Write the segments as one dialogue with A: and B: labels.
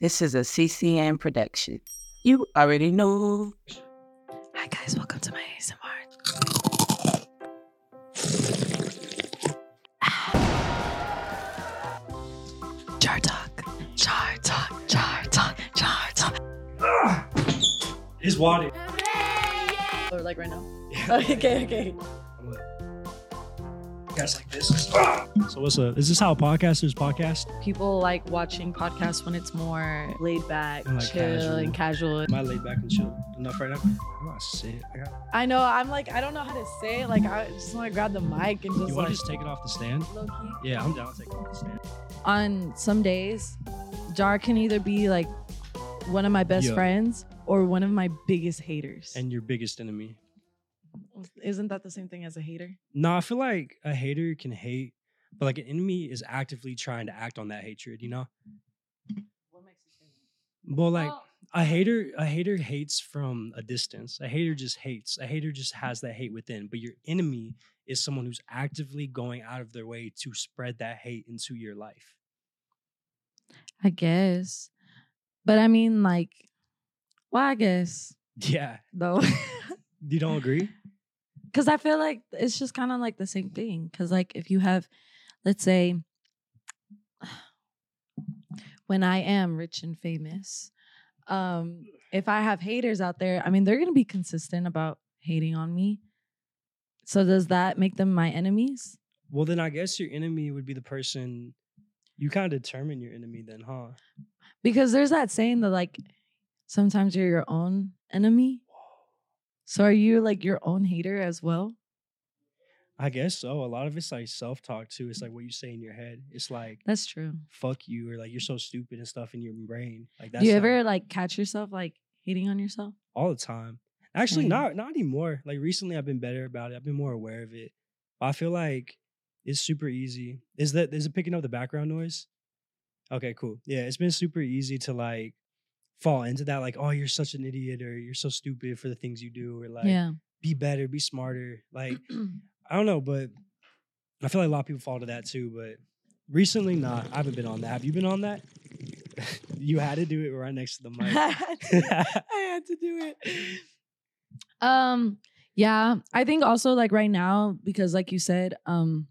A: This is a CCN production. You already know.
B: Hi guys, welcome to my ASMR. Ah. Char talk, char talk, char talk, char talk.
C: His water.
B: Or like right now.
C: Yeah.
B: Okay, okay.
C: Guys like this. Ah! So what's up? Is this how podcasters podcast?
B: People like watching podcasts when it's more laid back,
C: And, like,
B: chill, and casual.
C: Am I laid back and chill enough right now? I don't say it. I got,
B: I know. I'm like, I don't know how to say it. Like, I just want to grab the mic and just
C: you want
B: like.
C: to just take it off the stand?
B: low-key.
C: Yeah, I'm down to take it off the stand.
B: on some days, Jar can either be like one of my best
C: Yeah.
B: friends or one of my biggest haters.
C: And your biggest enemy.
B: isn't that the same thing as a hater?
C: No, I feel like a hater can hate, but like an enemy is actively trying to act on that hatred, you know?
B: What makes you think?
C: Well, like a hater, a hater hates from a distance. A hater just hates. A hater just has that hate within. But your enemy is someone who's actively going out of their way to spread that hate into your life.
B: I guess, but I mean, like, well, I guess
C: Yeah,
B: though,
C: you don't agree?
B: because I feel like it's just kind of like the same thing. Because like, if you have, let's say, when I am rich and famous, um, if I have haters out there, I mean, they're gonna be consistent about hating on me. So does that make them my enemies?
C: Well, then I guess your enemy would be the person. You kind of determine your enemy, then, huh?
B: Because there's that saying that like sometimes you're your own enemy. So are you like your own hater as well?
C: I guess so. A lot of it's like self talk too. It's like what you say in your head. It's like
B: That's true.
C: "fuck you" or like "you're so stupid" and stuff in your brain. Like that's
B: Do you
C: like,
B: ever like catch yourself like hating on yourself?
C: all the time. Actually,
B: Dang.
C: not not anymore. Like recently, I've been better about it. I've been more aware of it. I feel like it's super easy. Is that is it picking up the background noise? Okay, cool. Yeah, it's been super easy to like fall into that. Like, oh, you're such an idiot, or you're so stupid for the things you do, or like
B: yeah.
C: be better, be smarter. Like, I don't know, but I feel like a lot of people fall to that too. But recently, not. I haven't been on that. Have you been on that? you had to do it right next to the mic.
B: I had to do it. Um yeah, I think also like right now because like you said, um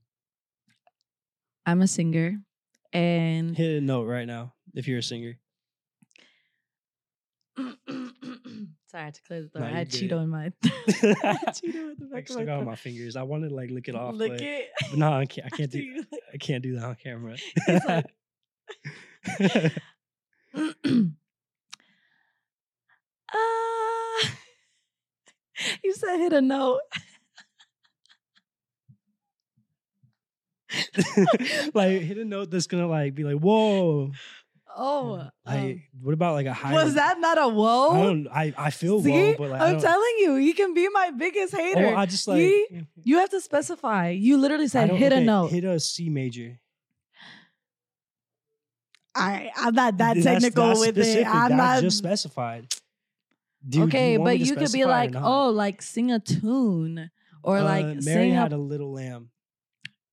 B: I'm a singer and
C: Hit a note right now if you're a singer.
B: sorry, I had to clear the throat.
C: No,
B: I
C: you
B: had
C: good.
B: Cheeto in my I had Cheeto in the
C: I
B: back
C: still
B: of my
C: got
B: throat.
C: on "Oh, my fingers. I wanted to like lick it off,
B: Lick
C: but
B: it.
C: but no, I can't. I can't
B: after
C: do.
B: you, like-
C: I can't do that on camera.
B: He's Ah, you said hit a note.
C: like hit a note that's gonna like be like, whoa.
B: Oh,
C: Like,
B: um,
C: what about like a high?
B: was that not a whoa?
C: I don't. I I feel
B: See?
C: whoa, but like I
B: I'm
C: don't-
B: telling you, he can be my biggest hater.
C: Oh, I just like.
B: See?
C: yeah.
B: you have to specify. You literally
C: I
B: said
C: don't-
B: hit a
C: okay,
B: note.
C: Hit a C major.
B: All right, I'm not that
C: That's
B: technical
C: not
B: with
C: specific.
B: it. I'm not.
C: That's just specified. Dude, do
B: okay,
C: want
B: but
C: me to
B: you could
C: specify
B: be
C: or
B: like,
C: not?
B: oh, like sing a tune or
C: Uh,
B: like
C: Mary
B: sing
C: had
B: a.
C: a little lamb.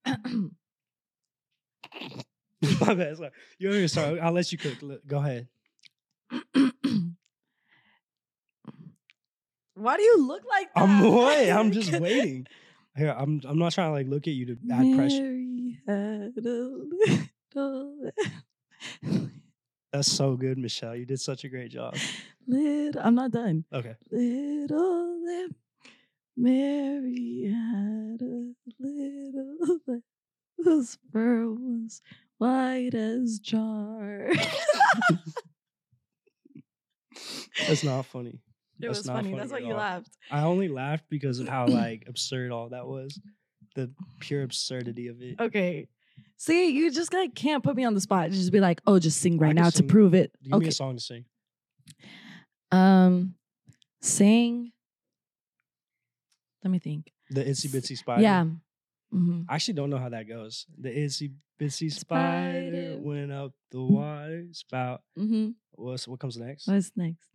C: My bad. Sorry. You don't even start. I'll let you cook. L- Go ahead.
B: Why do you look like that?
C: I'm what? I'm just waiting. Here, I'm. I'm not trying to like look at you to add pressure.
B: Mary had a little-
C: That's so good, Michelle. You did such a great job.
B: little- I'm not done.
C: Okay.
B: Little lamb. Mary had a little lamb whose fur was white as jar.
C: That's not funny.
B: It
C: That's
B: was
C: not
B: funny. That's why
C: funny at
B: you
C: all.
B: laughed.
C: I only laughed because of how like absurd all that was. The pure absurdity of it.
B: Okay. See, you just like can't put me on the spot. Just be like, oh, just sing
C: I
B: right
C: can
B: now
C: sing.
B: to prove it.
C: Give me
B: Okay.
C: a song to sing.
B: Um, sing. Let me think.
C: The Itsy Bitsy Spider.
B: Yeah. hmm
C: I actually don't know how that goes. The Itsy Bitsy Spider,
B: Spider. Mm.
C: went up the water spout.
B: hmm
C: What's, what comes next?
B: What's next?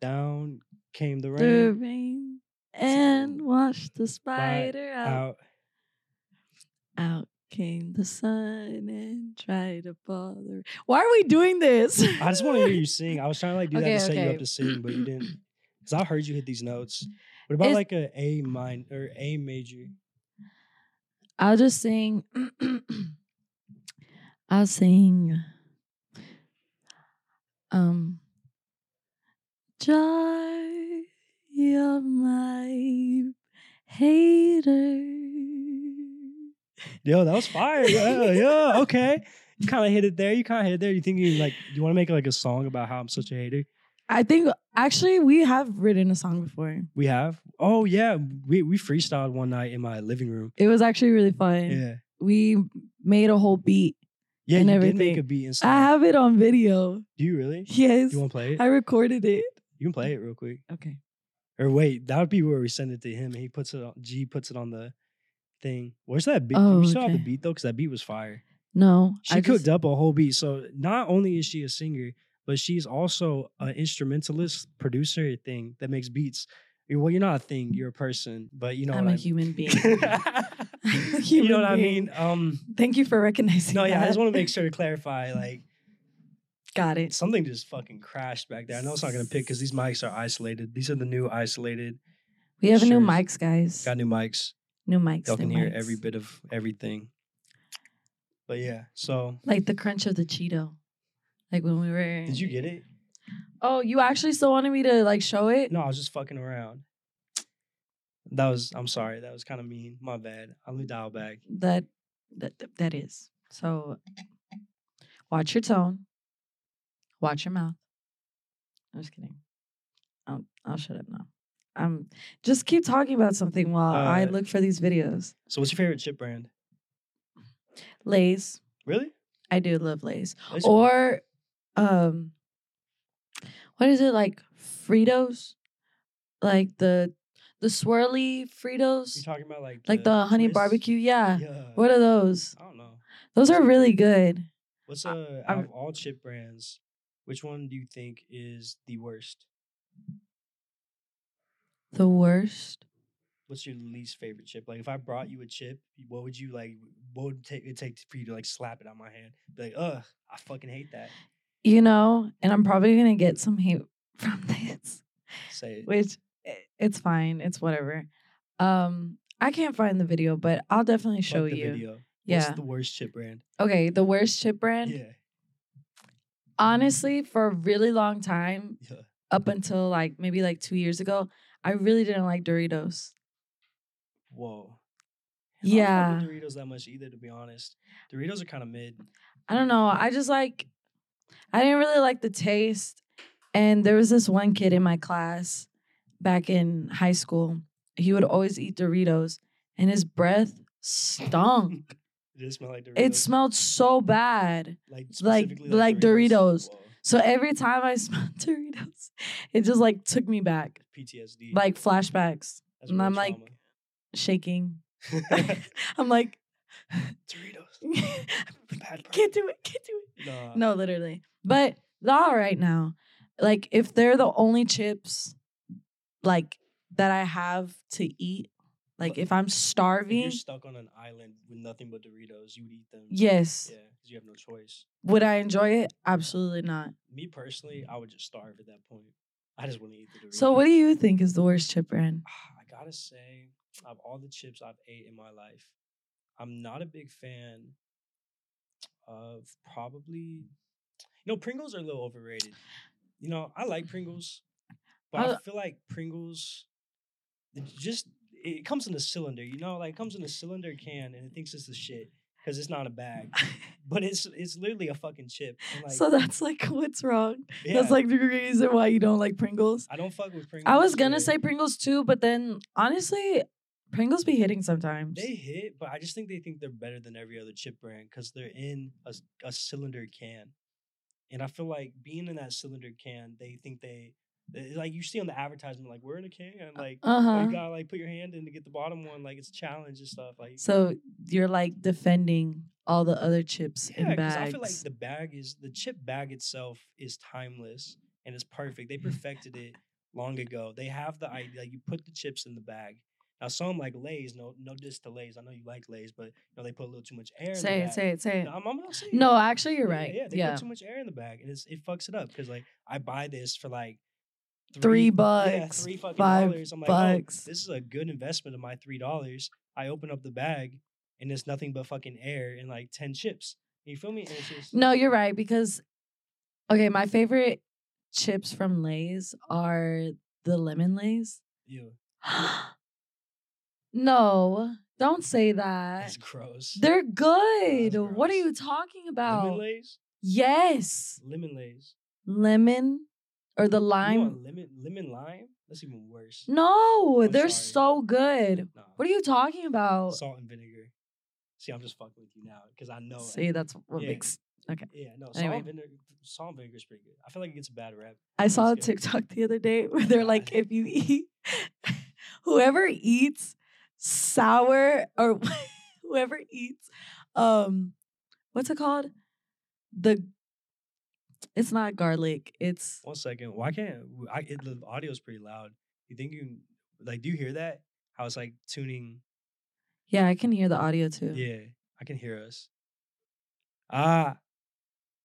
C: Down came the
B: The
C: rain.
B: rain and wash the spider out.
C: Out.
B: Out Came the sun and tried to bother. Why are we doing this?
C: I just want to hear you sing. I was trying to like do
B: Okay,
C: that to set you
B: okay.
C: up to sing, but you didn't. Because I heard you hit these notes. What about
B: It's-
C: like a A minor or A major?
B: I'll just sing. I'll sing. Um, joy of my hater.
C: Yo, that was fire. Yeah, yeah. Okay, you kind of hit it there. You kind of hit it there. You think you like? You want to make like a song about how I'm such a hater?
B: I think actually we have written a song before.
C: We have. Oh yeah, we we freestyled one night in my living room.
B: It was actually really fun.
C: Yeah,
B: We made a whole beat.
C: yeah.
B: And
C: you did make
B: everything.
C: a beat and
B: I
C: stuff.
B: have it on video.
C: Do you really?
B: Yes.
C: You want to play it?
B: I recorded it.
C: you can play it real quick.
B: Okay.
C: Or wait, that would be where we send it to him, and he puts it on. G puts it on the thing. Where's that beat? Do
B: Oh,
C: we still have the
B: okay.
C: beat though, because that beat was fire.
B: No.
C: She
B: I
C: cooked
B: just-
C: up a whole beat. So not only is she a singer, but she's also an instrumentalist, producer thing that makes beats. You- Well, you're not a thing, you're a person, but you know
B: I'm a
C: what I mean.
B: human being.
C: you know
B: human being.
C: what I mean? Um,
B: Thank you for recognizing.
C: no, yeah, I
B: that.
C: just want to make sure to clarify. Like
B: Got it.
C: something just fucking crashed back there. I know it's not gonna pick because these mics are isolated. These are the new isolated.
B: We have new
C: Sure.
B: mics, guys.
C: Got new mics.
B: New mics.
C: Y'all
B: new
C: can hear
B: mics.
C: every bit of everything. But yeah, so
B: Like the crunch of the Cheeto. Like when we were.
C: did you get it?
B: Oh, you actually still wanted me to like show it?
C: No, I was just fucking around. That was I'm sorry, that was kind of mean. My bad. I'll let me dial back.
B: That, that that- that is. So watch your tone. Watch your mouth. I'm just kidding. I'll, I'll shut up now. Um, just keep talking about something while I
C: Uh,
B: look for these videos.
C: So what's your favorite chip brand?
B: Lays.
C: Really?
B: I do love Lays.
C: That's-
B: or um what is it like fritos like the the swirly
C: you
B: fritos
C: talking about like
B: like the honey
C: twists?
B: barbecue yeah.
C: Yeah.
B: what are those
C: I don't know.
B: those are really good
C: What's
B: I-
C: uh out
B: I'm-
C: of all chip brands, which one do you think is the worst?
B: the worst
C: What's your least favorite chip? Like if I brought you a chip, what would you like what would take it take for you to like slap it on my hand? Be like, ugh, I fucking hate that.
B: you know and i'm probably gonna get some hate from this
C: Say it.
B: which i- it's fine it's whatever um i can't find the video but i'll definitely
C: Fuck
B: show
C: the
B: you
C: Video.
B: yeah
C: What's the worst chip brand?
B: okay the worst chip brand
C: Yeah.
B: honestly for a really long time
C: Yeah.
B: up until like maybe like two years ago, I really didn't like Doritos.
C: Whoa. I
B: Yeah.
C: don't fuck with Doritos that much either, to be honest. Doritos are kind of mid.
B: I don't know. I just like, I didn't really like the taste. And there was this one kid in my class back in high school. He would always eat Doritos and his breath stunk.
C: Does it smell like Doritos?
B: it smelled so bad.
C: like
B: like-
C: specifically
B: like Doritos.
C: Whoa.
B: So every time I smelled Doritos, it just like took me back,
C: PTSD.
B: like flashbacks,
C: That's
B: and
C: real
B: I'm like-
C: trauma.
B: shaking. I'm like,
C: Doritos. Bad breath.
B: can't do it, can't do it.
C: Nah.
B: No, literally. But all right now, like if they're the only chips like that I have to eat, like if I'm
C: If you're
B: starving,
C: stuck on an island with nothing but Doritos, you would eat them.
B: yes.
C: Yeah, because you have no choice.
B: Would I enjoy it? Absolutely not.
C: Me personally, I would just starve at that point. I just want to eat the Doritos.
B: So what do you think is the worst chip brand?
C: I gotta say, of all the chips I've ate in my life, I'm not a big fan of probably. You know, Pringles are a little overrated. You know, I
B: Mm-hmm.
C: like Pringles, but I
B: Uh,
C: feel like Pringles, it just it comes in a cylinder. You know, like it comes in a cylinder can, and it thinks it's the shit because it's not a bag, but it's it's literally a fucking chip. And like,
B: so that's like what's wrong.
C: yeah,
B: That's like the reason why you don't like Pringles.
C: I don't fuck with Pringles.
B: I was gonna
C: yeah.
B: say Pringles too, but then honestly, Pringles be hitting sometimes.
C: They hit, but I just think they think they're better than every other chip brand because they're in a, s- a cylinder can, and I feel like being in that cylinder can, they think they, they- like you see on the advertisement, like we're in a can, like oh,
B: Uh-huh.
C: you gotta like put your hand in to get the bottom one, like it's a challenge and stuff, like
B: So you're like defending all the other chips
C: yeah,
B: in
C: because
B: bags.
C: I feel like the bag is the chip bag itself is timeless
B: Mm.
C: and it's perfect. They perfected it long ago. They have the idea, like you put the chips in the bag. Now some like Lay's, no no diss to Lay's. I know you like Lay's, but you know they put a little too much air.
B: Say
C: in the
B: it,
C: bag.
B: say it, say it.
C: No, I'm, I'm not saying
B: No,
C: that.
B: actually, you're
C: Yeah,
B: right.
C: Yeah, they
B: Yeah.
C: put too much air in the bag, and it's, it fucks it up because like I buy this for like
B: Three
C: yeah,
B: bucks,
C: three fucking
B: five
C: dollars. I'm like,
B: bucks.
C: oh, this is a good investment of my three dollars. I open up the bag, and it's nothing but fucking air and like ten chips. You feel me? And it's just,
B: No, you're right because okay, my favorite chips from Lay's are the lemon Lay's.
C: ew,
B: no, don't say that.
C: that's gross.
B: They're good. what are
C: gross.
B: you talking about?
C: lemon lays,
B: yes,
C: lemon lays.
B: lemon or the
C: You
B: lime.
C: want lemon, lemon lime. That's even worse.
B: No,
C: I'm
B: they're
C: sorry.
B: so good.
C: Nah.
B: What are you talking about?
C: Salt and vinegar. See, I'm just fucking with you now because I know.
B: See, that's what
C: Yeah.
B: makes.
C: Yeah, no,
B: Anyway.
C: salt and vinegar. Salt and vinegar is pretty good. I feel like it gets a bad rap.
B: I saw a
C: That's good.
B: TikTok the other day where they're like,
C: God.
B: if you eat, whoever eats sour or whoever eats, um, what's it called? The it's not garlic. It's
C: One second. Why can't I? It, the audio is pretty loud. You think you can- like? Do you hear that? How it's like tuning?
B: yeah, I can hear the audio too.
C: Yeah, I can hear us. Ah,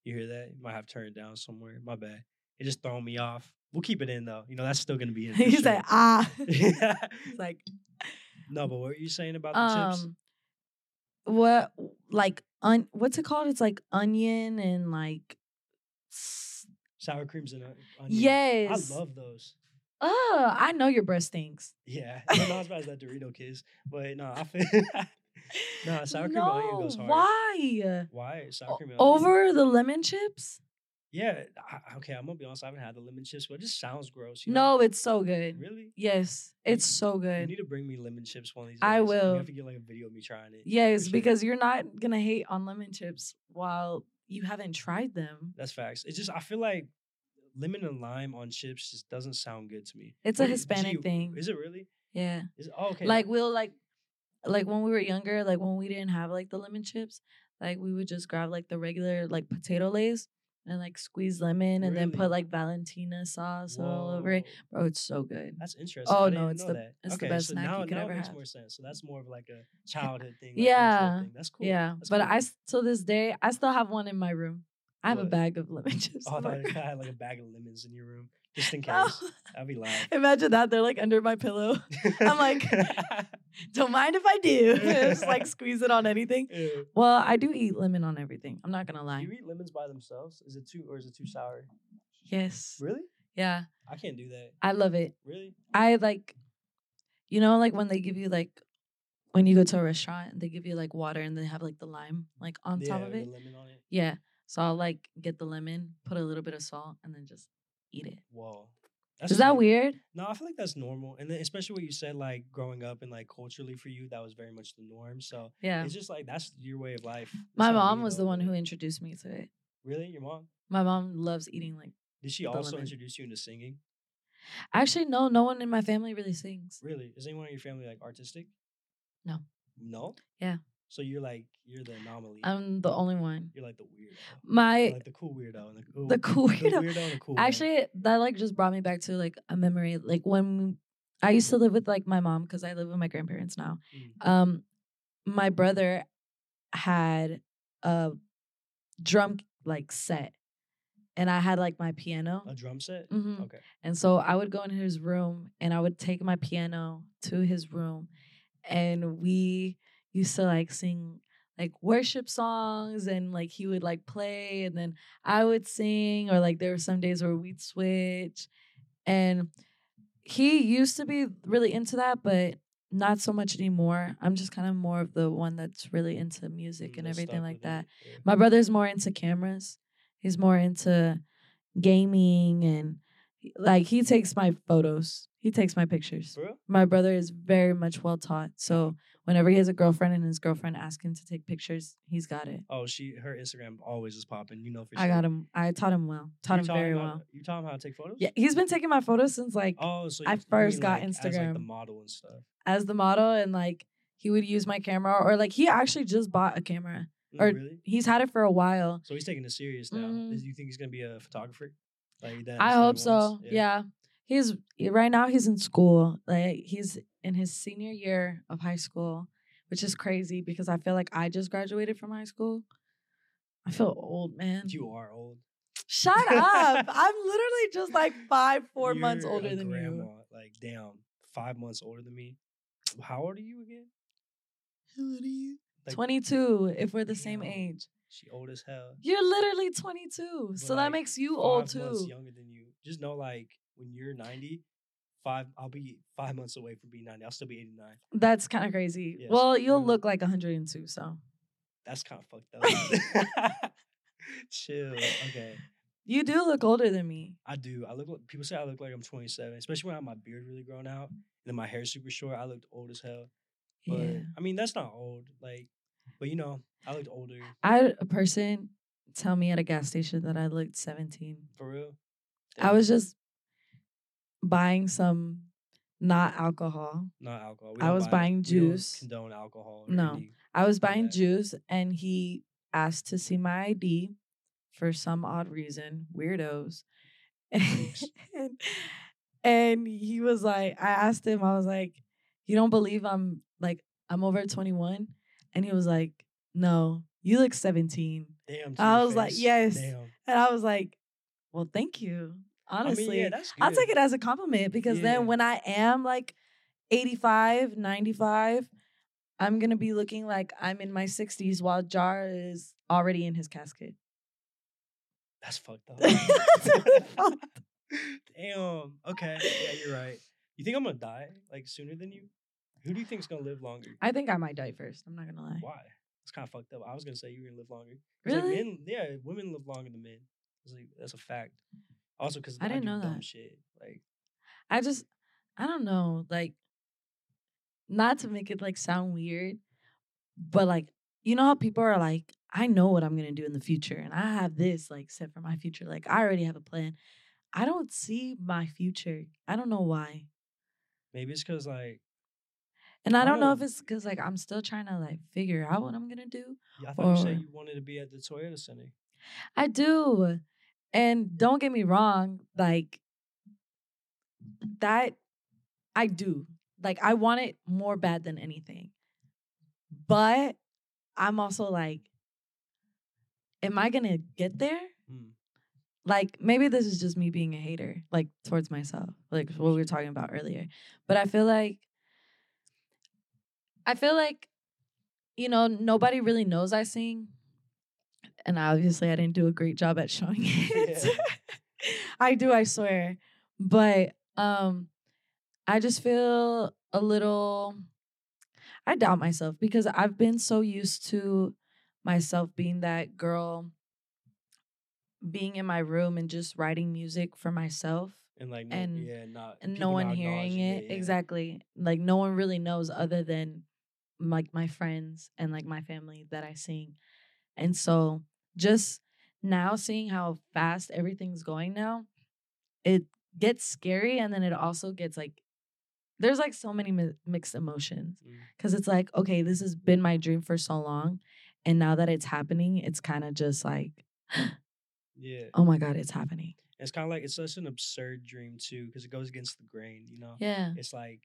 C: you hear that? You might have turned it down somewhere. My bad. It just thrown me off. We'll keep it in though. You know that's still gonna be in. for
B: He's
C: sure.
B: like, ah,
C: Yeah.
B: It's like,
C: no, but what were you saying about the chips?
B: um, what like un what's it called? It's like onion and like, s-
C: Sour creams and on- onion.
B: yes.
C: I love those.
B: Oh, I know your breath stinks.
C: Yeah, I'm not as bad as that Dorito kiss, but no, I feel. no, sour cream and onion goes
B: No,
C: hard.
B: Why?
C: Why sour
B: O-
C: cream and onion?
B: Over the lemon chips?
C: Yeah, I, okay. I'm gonna be honest. I haven't had the lemon chips, but it just sounds gross. You know?
B: No, it's so good.
C: really.
B: Yes, it's so
C: You
B: good.
C: need to bring me lemon chips one of these days.
B: I
C: You
B: will.
C: have to get like a video of me trying it.
B: Yes,
C: sure.
B: because you're not gonna hate on lemon chips while you haven't tried them.
C: That's facts. It's just I feel like lemon and lime on chips just doesn't sound good to me.
B: It's a
C: Gee,
B: Hispanic thing.
C: Is it really?
B: Yeah.
C: Is oh, okay?
B: Like we'll like like when we were younger, like when we didn't have like the lemon chips, like we would just grab like the regular like potato lays and like squeeze lemon and then
C: Really?
B: put like Valentina sauce all over it.
C: Whoa,
B: Bro, it's so good.
C: That's interesting.
B: Oh, no,
C: I didn't
B: it's
C: know
B: the-
C: that.
B: it's the
C: okay,
B: best
C: so
B: snack you
C: now,
B: could
C: now
B: ever
C: it makes
B: have.
C: more sense. So that's more of like a childhood thing. like,
B: Yeah,
C: intro thing. that's cool.
B: Yeah,
C: That's
B: but
C: cool.
B: I s- to this day I still have one in my room. I have a
C: What?
B: bag of lemon chips.
C: Oh, I
B: in
C: thought
B: my
C: I
B: room.
C: had like a bag of lemons in your room just in
B: No.
C: case. I'd be lying.
B: Imagine that they're like under my pillow. I'm like- Don't mind if I do. Just like squeeze it on anything.
C: Ew.
B: Well, I do eat lemon on everything. I'm not gonna
C: Do
B: lie.
C: you eat lemons by themselves? Is it too or is it too sour?
B: Yes.
C: Really?
B: Yeah,
C: I can't do that.
B: I love it.
C: Really?
B: I like, you know, like when they give you like when you go to a restaurant and they give you like water and they have like the lime like on top
C: Yeah,
B: of
C: with
B: it.
C: the lemon on it.
B: Yeah. So I'll like get the lemon, put a little bit of salt, and then just eat it.
C: Whoa.
B: Is
C: That's
B: that
C: normal.
B: weird?
C: No, I feel like that's normal. And then especially what you said, like growing up and like culturally for you, that was very much the norm. So
B: Yeah.
C: it's just like that's your way of life. That's
B: My
C: how we
B: mom was
C: know,
B: the one
C: but-
B: who introduced me to it.
C: Really? Your mom?
B: My mom loves eating like
C: Did she
B: The
C: also
B: lemon.
C: introduce you into singing?
B: actually no, no one in my family really sings.
C: Really? Is anyone in your family like artistic?
B: No.
C: No?
B: Yeah.
C: So you're like you're the anomaly.
B: I'm the only one.
C: you're like the weirdo. You're
B: My
C: like the cool weirdo and the cool
B: the cool
C: the
B: weirdo.
C: weirdo and the cool one.
B: Actually, that like just brought me back to like a memory. Like when I used to live with like my mom because I live with my grandparents now.
C: Mm.
B: Um, my brother had a drum like set, and I had like my piano.
C: a drum set?
B: Mhm.
C: Okay.
B: And so I would go in his room and I would take my piano to his room and we used to like sing like worship songs and like he would like play and then I would sing or like there were some days where we'd switch and he used to be really into that but not so much anymore. I'm just kind of more of the one that's really into music
C: Mm,
B: and
C: that's
B: everything
C: stuck
B: like
C: with you.
B: that
C: Yeah.
B: my brother's more into cameras. He's more into gaming and like he takes my photos. He takes my pictures.
C: For real?
B: My brother is very much well taught. So whenever he has a girlfriend and his girlfriend asks him to take pictures, he's got it.
C: Oh, she her Instagram always is popping. You know for sure.
B: I got him. I taught him well. Taught
C: You
B: him
C: taught him
B: very
C: how to-
B: well.
C: You taught him how to take photos.
B: Yeah, he's been taking my photos since like
C: Oh, so
B: I
C: you- you
B: first
C: mean,
B: got
C: like, as, like, the
B: Instagram.
C: model and stuff.
B: as the model and like he would use my camera or like he actually just bought a camera.
C: Mm,
B: Or-
C: really?
B: He's had it for a while.
C: So he's taking it serious now.
B: Mhm.
C: Is- You think he's gonna be a photographer? Like
B: I
C: that. that's what he
B: hope so.
C: wants?
B: Yeah. he's right now he's in school. Like he's in his senior year of high school, which is crazy because I feel like I just graduated from high school. I feel old, man.
C: You are old.
B: Shut up. I'm literally just like five, 4 months
C: You're
B: older
C: a
B: than
C: grandma.
B: you.
C: Like, damn, five months older than me. How old are you again? Like,
B: 22 if we're the same
C: Damn.
B: age.
C: She old as hell.
B: You're literally 22.
C: But,
B: so that
C: like,
B: makes you old
C: five months
B: too.
C: younger than you. Just know, like, when you're 90, five, I'll be five months away from being 90. I'll still be 89.
B: That's kind of crazy.
C: Yes,
B: Well, you'll
C: mhm.
B: look like 102, so.
C: That's kind of fucked up. Chill. Okay.
B: You do look older than me.
C: I do. I look. like- People say I look like I'm 27, especially when I have my beard really grown out and then my hair's super short. I looked old as hell. But
B: yeah.
C: I mean, that's not old. Like, but you know, I looked older
B: I
C: Mm-hmm.
B: had a person tell me at a gas station that I looked 17.
C: for real.
B: I was just buying some not alcohol.
C: not alcohol. We
B: I
C: don't
B: was
C: buy-
B: buying
C: we don't
B: juice.
C: condone alcohol. or
B: No.
C: any-
B: I was
C: My
B: buying
C: bad.
B: juice and he asked to see my ID for some odd reason, weirdos. and, and he was like, I asked him, I was like, you don't believe I'm like, I'm over 21? And he was like, no, you look 17.
C: Damn. to
B: I
C: your
B: was like,
C: face.
B: yes.
C: Damn.
B: And I was like, well, thank you.
C: I mean,
B: Honestly,
C: yeah, that's
B: I'll take it
C: good.
B: as a compliment because
C: Yeah.
B: then when I am like 85, 95, I'm going to be looking like I'm in my 60s while Jar is already in his casket.
C: That's fucked up.
B: That's really fucked.
C: Damn. Okay. Yeah, you're right. You think I'm gonna die like sooner than you? Who do you think's gonna live longer?
B: I think I might die first. I'm not going to lie.
C: Why? It's kind of fucked up. I was gonna say you're gonna live longer. 'Cause, like,
B: Really?
C: men, yeah, women live longer than men. It's like that's a fact. Also, because
B: I didn't know
C: dumb
B: that.
C: shit. Like,
B: I just, I don't know. Like, not to make it like sound weird, but like, you know how people are like, I know what I'm gonna do in the future, and I have this like set for my future. Like, I already have a plan. I don't see my future. I don't know why,
C: maybe it's because like
B: and I
C: I
B: don't know if
C: don't-
B: it's because like I'm still trying to like figure out what I'm gonna do.
C: I thought you
B: Or-
C: said you wanted to be at the Toyota Center.
B: I do. And don't get me wrong, like that I do. Like I want it more bad than anything. But I'm also like am I going to get there?
C: Mm.
B: Like maybe this is just me being a hater like towards myself, like what we were talking about earlier. But I feel like I feel like you know, nobody really knows I sing and obviously I didn't do a great job at showing it. I do, I swear. But um I just feel a little I doubt myself because I've been so used to myself being that girl being in my room and just writing music for myself
C: And like, no,
B: And-
C: yeah, not
B: and
C: people
B: no one
C: not
B: hearing
C: acknowledging
B: it.
C: yeah.
B: Exactly. Like no one really knows other than like my friends and like my family that I sing. And so just now seeing how fast everything's going now, it gets scary and then it also gets like there's like so many mi- mixed emotions
C: Mm.
B: cuz it's like okay, this has been my dream for so long and now that it's happening, it's kind of just like
C: Yeah,
B: oh my god, it's happening.
C: it's kind of like it's such an absurd dream too, because it goes against the grain. You know,
B: Yeah.
C: it's like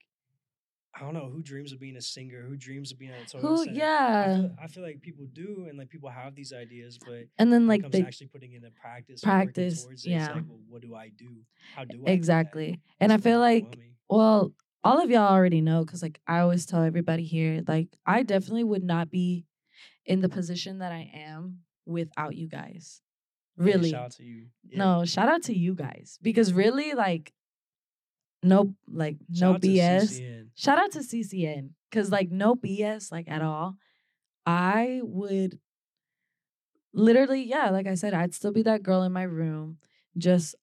C: I don't know who dreams of being a singer, who dreams of being at a Toyota
B: Who
C: Center. I
B: yeah.
C: feel, I feel like people do, and like people have these ideas, but
B: And then
C: when
B: like
C: it comes
B: they
C: to actually putting in the practice, and working
B: practice,
C: towards it,
B: yeah. E
C: It's like, well, what do I do? How do I do that?
B: Exactly. And I
C: It's
B: feel like,
C: overwhelming.
B: well, all of y'all already know because, like, I always tell everybody here, like, I definitely would not be in the position that I am without you guys.
C: Yeah,
B: Really.
C: shout out to you. Yeah.
B: No, shout out to you guys because, really, like, no, like,
C: Shout
B: no
C: out to
B: BS.
C: CCN.
B: Shout out to CCN because, like, no BS, like, at all. I would literally, yeah, like I said, I'd still be that girl in my room, just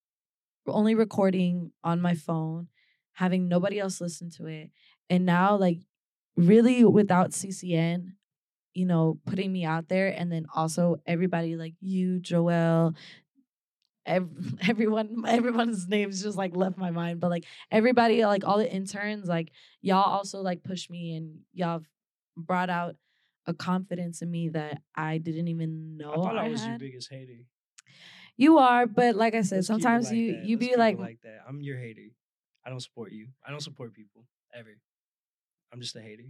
B: only recording on my phone, having nobody else listen to it. And now, like, really without CCN, you know, putting me out there, and then also everybody, like you, Joel, ev- everyone, everyone's names just like left my mind, but like everybody, like all the interns, like y'all also like pushed me and y'all brought out a confidence in me that I didn't even know
C: I thought I, was
B: had.
C: your biggest hater.
B: You are, but like I said,
C: Let's keep it
B: sometimes
C: like
B: you
C: that.
B: you
C: Let's
B: be
C: keep it
B: like,
C: like that. I'm your hater. I don't support you. I don't support people ever. I'm just a hater.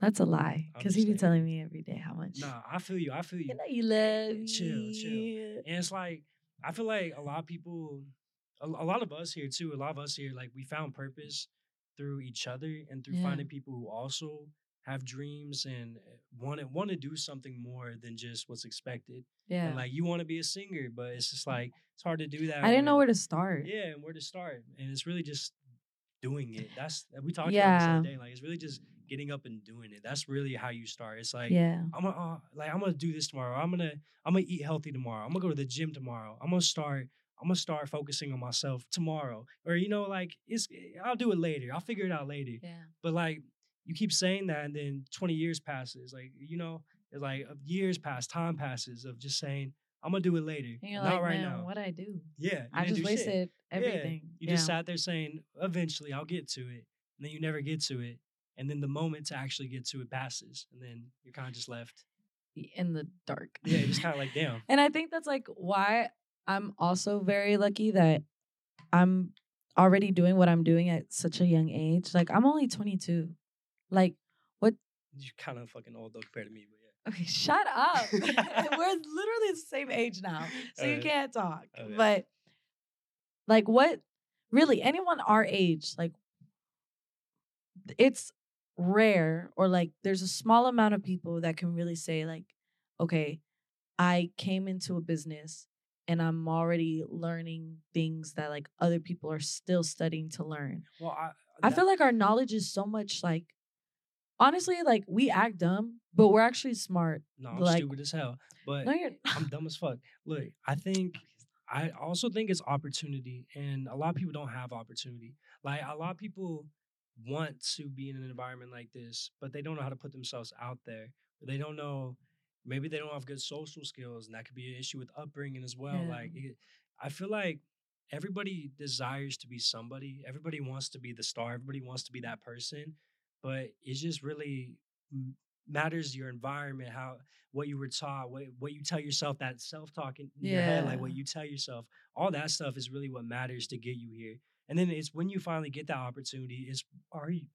B: That's a lie.
C: I'm
B: Because he be
C: just saying.
B: telling me every day how much.
C: Nah, I feel you. I feel you.
B: You know you love me.
C: Chill, chill. And it's like I feel like a lot of people, a, a lot of us here too. A lot of us here, like we found purpose through each other and through
B: Yeah.
C: finding people who also have dreams and eh, want to want to do something more than just what's expected.
B: Yeah.
C: And like you want to be a singer, but it's just like it's hard to do that.
B: I didn't know
C: when-
B: where to start.
C: yeah, and where to start. And it's really just doing it. That's we talked about
B: Yeah.
C: this the other day. Like it's really just getting up and doing it. That's really how you start. It's like
B: yeah.
C: I'm gonna uh, like I'm gonna do this tomorrow. I'm gonna I'm gonna eat healthy tomorrow. I'm gonna go to the gym tomorrow. I'm gonna start I'm gonna start focusing on myself tomorrow. Or you know like it's eh, I'll do it later. I'll figure it out later.
B: Yeah.
C: But like you keep saying that, and then 20 years passes. Like you know, it's like of years pass, time passes of just saying I'm gonna do it later,
B: And you're
C: not
B: like,
C: right
B: man,
C: now.
B: what I do?
C: Yeah, you
B: I
C: didn't
B: just
C: do shit.
B: wasted everything.
C: You just sat there saying, eventually I'll get to it. And then you never get to it. And then the moment to actually get to it passes. And then you're kind of just left.
B: in the dark.
C: Yeah, just kind of like, damn.
B: And I think that's like why I'm also very lucky that I'm already doing what I'm doing at such a young age. Like I'm only 22. Like
C: You're kind of fucking old though compared to me. But yeah.
B: okay, shut up. We're literally the same age now. So you
C: Alright.
B: can't talk.
C: Okay.
B: But like what really anyone our age like it's rare or like there's a small amount of people that can really say like okay, I came into a business and I'm already learning things that like other people are still studying to learn.
C: Well, I,
B: I feel like our knowledge is so much like honestly like we act dumb, but we're actually smart.
C: no, I'm
B: like-
C: stupid as hell. But
B: No, you're
C: I'm dumb as fuck. Look, I think I also think it's opportunity, and a lot of people don't have opportunity. Like a lot of people want to be in an environment like this, but they don't know how to put themselves out there. They don't know. Maybe they don't have good social skills, and that could be an issue with upbringing as well.
B: Yeah.
C: Like, it, I feel like everybody desires to be somebody. Everybody wants to be the star. Everybody wants to be that person, but it's just really m- matters your environment, how what you were taught, what what you tell yourself, that self talk in in your head, like what
B: Yeah.
C: you tell yourself, all that stuff is really what matters to get you here. And then it's when you finally get that opportunity, is are you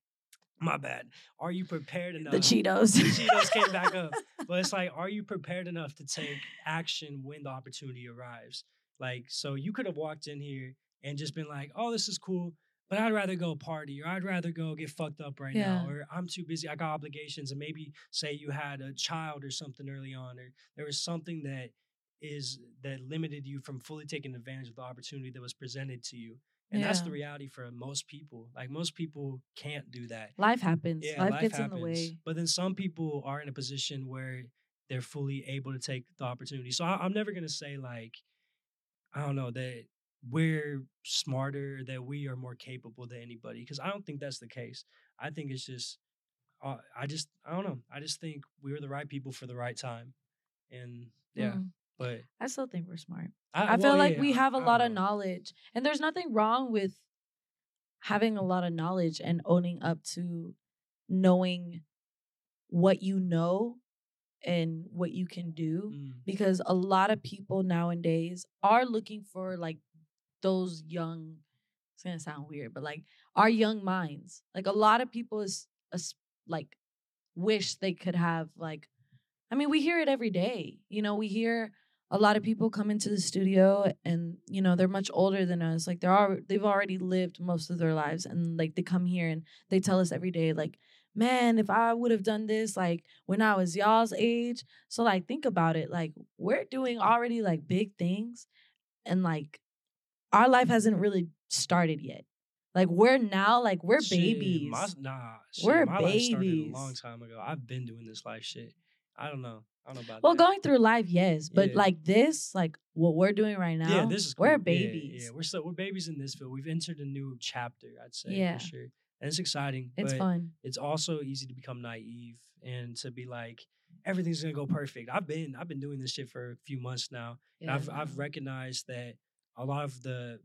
C: my bad. Are you prepared enough?
B: the Cheetos.
C: The Cheetos came back up. But it's like, are you prepared enough to take action when the opportunity arrives? Like, so you could have walked in here and just been like, oh, this is cool, but I'd rather go party or I'd rather go get fucked up right now
B: Yeah.
C: or I'm too busy. I got obligations. And maybe say you had a child or something early on or there was something that is that limited you from fully taking advantage of the opportunity that was presented to you. And that's
B: Yeah.
C: the reality for most people. Like most people can't do that.
B: Life happens.
C: Yeah,
B: life, gets in the way.
C: But then some people are in a position where they're fully able to take the opportunity. So I, I'm never gonna say like, I don't know that we're smarter, that we are more capable than anybody, because I don't think that's the case. I think it's just, uh, I just, I don't know. I just think we were the right people for the right time, and yeah.
B: Mm.
C: But
B: I still think we're smart.
C: I,
B: I feel
C: well,
B: like
C: yeah, um
B: we
C: I-
B: have a
C: I don't
B: lot of
C: know.
B: knowledge, and there's nothing wrong with having a lot of knowledge and owning up to knowing what you know and what you can do
C: Mm,
B: because a lot of people nowadays are looking for like those young it's gonna sound weird but like our young minds like a lot of people is is, like wish they could have like i mean we hear it every day you know we hear a lot of people come into the studio and you know they're much older than us like they're all they've already lived most of their lives and like they come here and they tell us every day like man if i would have done this like when i was y'all's age so like think about it. Like we're doing already like big things and like our life hasn't really started yet. Like we're now like we're
C: shit,
B: babies.
C: My, nah, shit,
B: We're
C: my life started a long
B: babies. time
C: time ago. I've been doing this life shit. I don't know. I don't know about
B: well,
C: that.
B: going through life, yes, but
C: Yeah.
B: like this, like what we're doing right now,
C: yeah, this is
B: we're
C: cool. Yeah, yeah,
B: babies.
C: Yeah, we're still we're babies in this field. We've entered a new chapter, I'd say
B: Yeah.
C: for sure, and it's exciting.
B: it's
C: but
B: fun.
C: It's also easy to become naive and to be like everything's gonna go perfect. I've been I've been doing this shit for a few months now, and I've um I've recognized that a lot of the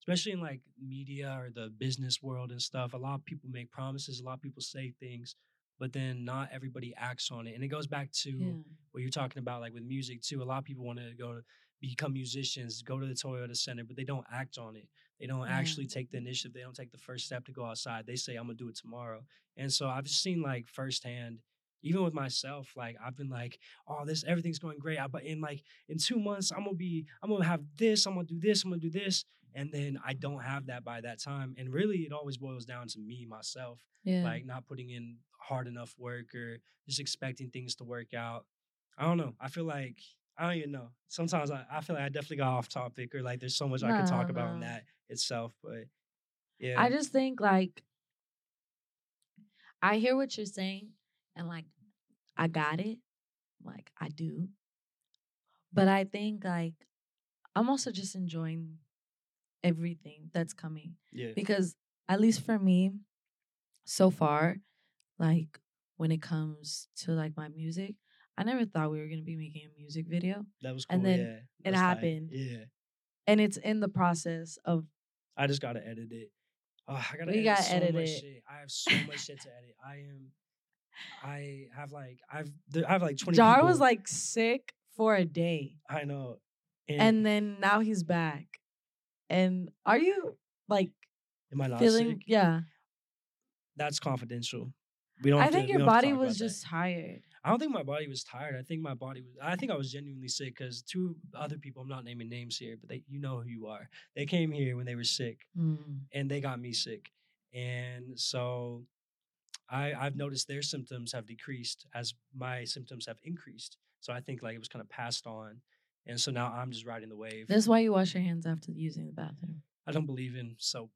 C: especially in like media or the business world and stuff, a lot of people make promises, a lot of people say things, but then not everybody acts on it. And it goes back to
B: Yeah.
C: what you're talking about, like with music too. A lot of people want to go become musicians, go to the Toyota Center, but they don't act on it. They don't
B: Yeah.
C: actually take the initiative. They don't take the first step to go outside. They say, I'm gonna do it tomorrow. And so I've seen like firsthand, even with myself, like I've been like, oh, this everything's going great. I, but in like in two months, I'm gonna be, I'm gonna have this, I'm gonna do this, I'm gonna do this. And then I don't have that by that time. And really it always boils down to me, myself
B: Yeah.
C: like not putting in hard enough work or just expecting things to work out. I don't know. I feel like I don't even know. Sometimes I, I feel like I definitely got off topic or like there's so much I could talk
B: No,
C: about in
B: no.
C: that itself. But yeah.
B: I just think like I hear what you're saying and like I got it. Like I do. But I think like I'm also just enjoying everything that's coming
C: yeah.
B: because at least for me so far like when it comes to like my music I never thought we were going to be making a music video
C: That was cool.
B: and then
C: yeah.
B: it
C: That's like-
B: happened.
C: yeah.
B: and it's in the process of
C: I just gotta edit it. Oh, I gotta
B: We
C: edit
B: gotta
C: so
B: edit
C: much
B: it.
C: shit. I have so much shit to edit. I am I have like I've there, I have like twenty
B: Jar
C: people.
B: was like sick for a day.
C: I know.
B: and then now he's back. And are you like
C: am I not
B: feeling?
C: sick?
B: Yeah,
C: That's confidential. We don't
B: I
C: have to-
B: think
C: we
B: your
C: don't have to
B: body
C: talk
B: was
C: about that.
B: just tired.
C: I don't think my body was tired. I think my body was. I think I was genuinely sick because two other people. I'm not naming names here, but they, you know who you are. They came here when they were sick,
B: Mm,
C: and they got me sick, and so I, I've noticed their symptoms have decreased as my symptoms have increased. So I think like it was kind of passed on, and so now I'm just riding the wave.
B: That's why you wash your hands after using the bathroom.
C: I don't believe in soap.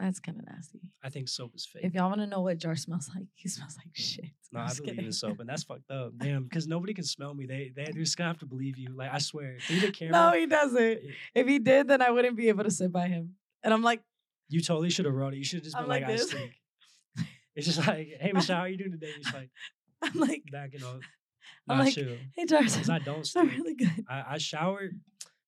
B: That's kind of nasty.
C: I think soap is fake.
B: If y'all want to know what Jar smells like, he smells like shit.
C: No, I
B: Just
C: believe
B: kidding.
C: in soap, and that's fucked up. Damn, because nobody can smell me. They they they're just gonna have to believe you. Like I swear, through the
B: No,
C: camera.
B: he doesn't.
C: it-
B: If he did, then I wouldn't be able to sit by him. And I'm like,
C: You totally should have wrote it. You should have just
B: I'm
C: been like,
B: like
C: I
B: this.
C: stink. It's just like, hey, Michelle, how you doing today? It's like,
B: I'm like,
C: backing up.
B: I'm
C: Not
B: like,
C: chill.
B: hey Jar,
C: Because I don't
B: I'm
C: stink.
B: really good.
C: I, I showered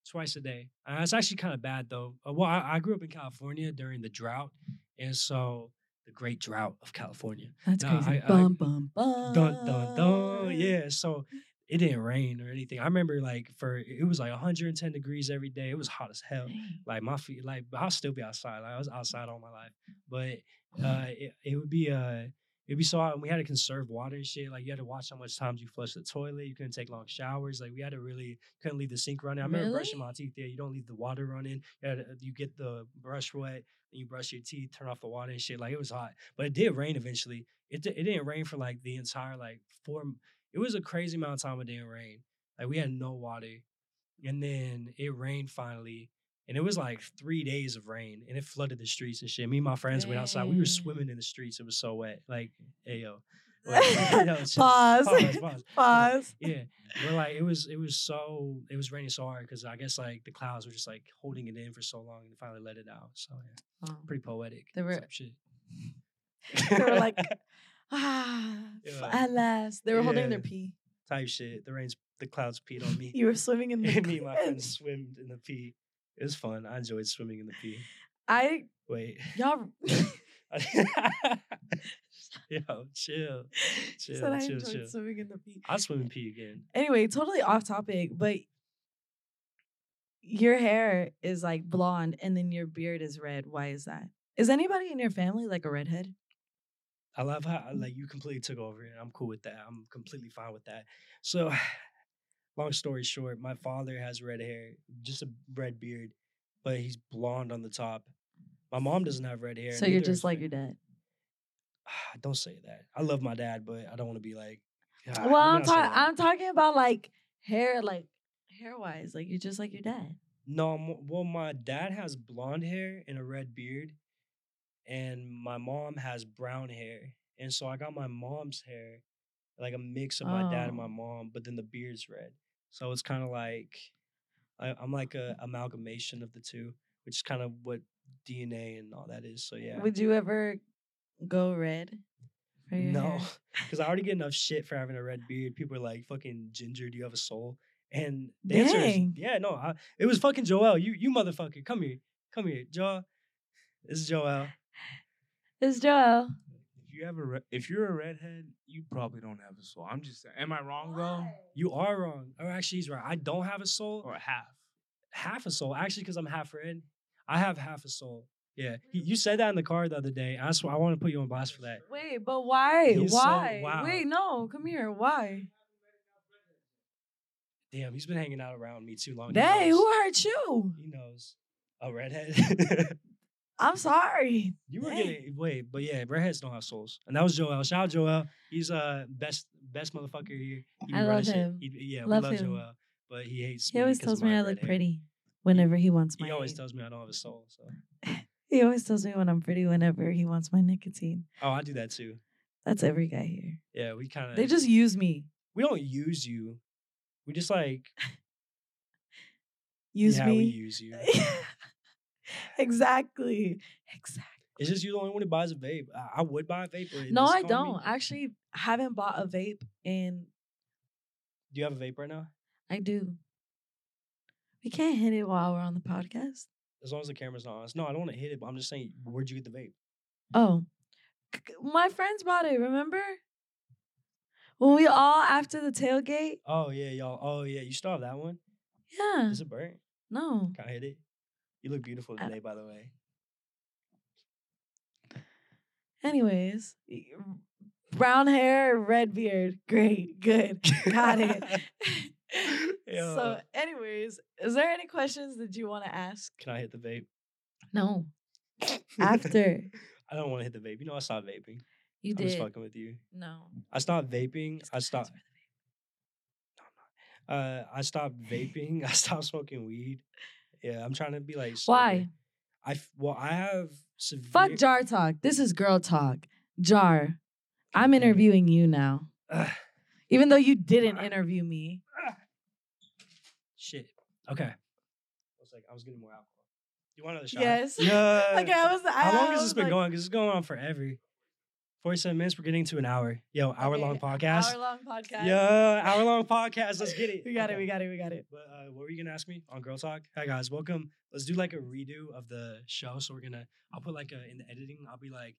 C: twice a day. Uh, it's actually kind of bad, though. Uh, well, I, I grew up in California during the drought. And so the great drought of California.
B: That's
C: Nah,
B: crazy.
C: I- I-
B: bum bum bum.
C: Dun, dun,
B: Uh,
C: dun. Yeah. So it didn't rain or anything. I remember like for, it was like 110 degrees every day. It was hot as hell.
B: Dang.
C: like my feet like but i'll still be outside like i was outside all my life but uh it, it would be uh it'd be so hot and we had to conserve water and shit like you had to watch how much times you flush the toilet you couldn't take long showers like we had to really couldn't leave the sink running i remember brushing
B: Really?
C: my teeth there you don't leave the water running you, had to, you get the brush wet and you brush your teeth turn off the water and shit like it was hot but it did rain eventually it, di- it didn't rain for like the entire like four m- it was a crazy amount of time it didn't rain like we had no water and then it rained finally and it was like three days of rain and it flooded the streets and shit. Me and my friends went outside. We were
B: Dang.
C: swimming in the streets. It was so wet. Like, ayo. Like, you know, it's just-
B: Pause.
C: Pause, pause.
B: Pause.
C: Yeah. But like it was it was so it was raining so hard because I guess like the clouds were just like holding it in for so long and finally let it out. So yeah.
B: Wow.
C: um, Pretty poetic.
B: They were-
C: type shit.
B: they were like, ah, f-
C: Yeah.
B: at last. They were holding their
C: Yeah.
B: pee.
C: type shit. The rains the clouds peed on me.
B: You were swimming in the
C: and me and my
B: cl-
C: friends swimmed in the pee. It was fun. I enjoyed swimming in the pee.
B: I
C: Wait.
B: y'all
C: Yo, chill.
B: she
C: Chill,
B: said I
C: chill,
B: enjoyed
C: chill.
B: swimming in the pee.
C: I'll swim and pee again.
B: Anyway, totally off topic, but your hair is like blonde and then your beard is red. Why is that? Is anybody in your family like a redhead?
C: I love how
B: Mm.
C: like you completely took over and I'm cool with that. I'm completely fine with that. So long story short, my father has red hair, just a red beard, but he's blonde on the top. My mom doesn't have red hair.
B: so you're
C: neither
B: just
C: is
B: like
C: my-
B: your dad.
C: Don't say that. I love my dad, but I don't want to be like.
B: well,
C: "Ah, you're
B: I'm
C: not so
B: talking.
C: right."
B: I'm talking about like hair, like hair wise. Like you're just like your dad.
C: No, m- well, my dad has blonde hair and a red beard, and my mom has brown hair. And so I got my mom's hair, like a mix of my dad and my
B: Oh.
C: mom, but then the beard's red. So it's kind of like I, I'm like a amalgamation of the two, which is kind of what DNA and all that is. So yeah.
B: Would you ever go red? for your
C: No,
B: hair?
C: because I already get enough shit for having a red beard. People are like, "Fucking ginger, do you have a soul?" And the answer is,
B: Dang.
C: yeah, no. I, it was fucking Joel. You, you motherfucker, come here, come here, Joel. This is Joel.
B: It's Joel.
C: If
D: you have a re- if you're a redhead, you probably don't have a soul. I'm just saying. Am I wrong though?
C: You are wrong. Or actually, he's right. I don't have a soul.
D: Or half?
C: half a soul actually because I'm half red. I have half a soul. Yeah, He- you said that in the car the other day. I swear, I want to put you on blast for that.
B: Wait, but why?
C: He's so-
B: why?
C: wow.
B: Wait, no, come here. Why?
C: Damn, he's been hanging out around me too long. He
B: Dang,
C: knows.
B: who hurt you?
C: He knows. A redhead.
B: I'm sorry.
C: you were
B: Dang.
C: getting wait, but yeah, redheads don't have souls, and that was Joel. Shout out Joel. He's uh best best motherfucker here. He be
B: I
C: running
B: love
C: shit.
B: him.
C: He, yeah,
B: Love
C: we love
B: him.
C: Joel, but he hates.
B: He always
C: 'cause
B: tells
C: of
B: me
C: my
B: I
C: red
B: look
C: hair.
B: pretty whenever he wants my.
C: He always
B: nicotine.
C: tells me I don't have a soul. So
B: He always tells me when I'm pretty whenever he wants my nicotine.
C: oh, I do that too.
B: That's every guy here.
C: Yeah, we kind of
B: They just use me.
C: we don't use you. We just like
B: Use
C: yeah, we
B: me.
C: use you.
B: exactly. Exactly.
C: It's just you the only one who buys a vape. I, I would buy a vape. but in
B: No,
C: this
B: I
C: economy-
B: don't. I actually haven't bought a vape in
C: Do you have a vape right now?
B: I do. We can't hit it while we're on the podcast.
C: As long as the camera's not on us. No, I don't want to hit it, but I'm just saying, where'd you get the vape?
B: Oh, c- c- my friends bought it. Remember when we all after the tailgate?
C: Oh, yeah, y'all. Oh, yeah. You still have that one?
B: Yeah.
C: Is it burnt?
B: No.
C: Can I hit it? You look beautiful
B: I
C: today, by the way.
B: Anyways, y- brown hair, red beard. Great. Good. Got it. so,
C: Yo.
B: anyways, is there any questions that you want to ask?
C: Can I hit the vape?
B: No. After
C: I don't want to hit the vape. You know, I stopped vaping.
B: you
C: I'm just
B: did.
C: fucking with you.
B: No.
C: I stopped vaping. I
B: Just gonna
C: stopped.
B: ask
C: Uh, I stopped vaping. I stopped smoking weed. Yeah, I'm trying to be like. sober.
B: Why?
C: I f- well, I have severe.
B: Fuck jar talk. This is girl talk. Jar, I'm
C: damn it.
B: interviewing you now.
C: Ugh.
B: Even though you didn't interview me.
C: Shit. Okay. I was like, I was getting more alcohol. You want another shot?
B: Yes.
C: Yeah.
B: Like I was. I,
C: Uh, How long
B: I
C: has
B: was
C: this been
B: like,
C: going? Because it's going on forever. 47 minutes. We're getting to an hour. Yo, hour long podcast.
B: Hour long podcast.
C: Yeah, hour long podcast. Let's get it.
B: We got it. We got it. We got it.
C: But uh, what were you gonna ask me on Girl Talk? Hi guys, welcome. Let's do like a redo of the show. So we're gonna. I'll put like a in the editing. I'll be like,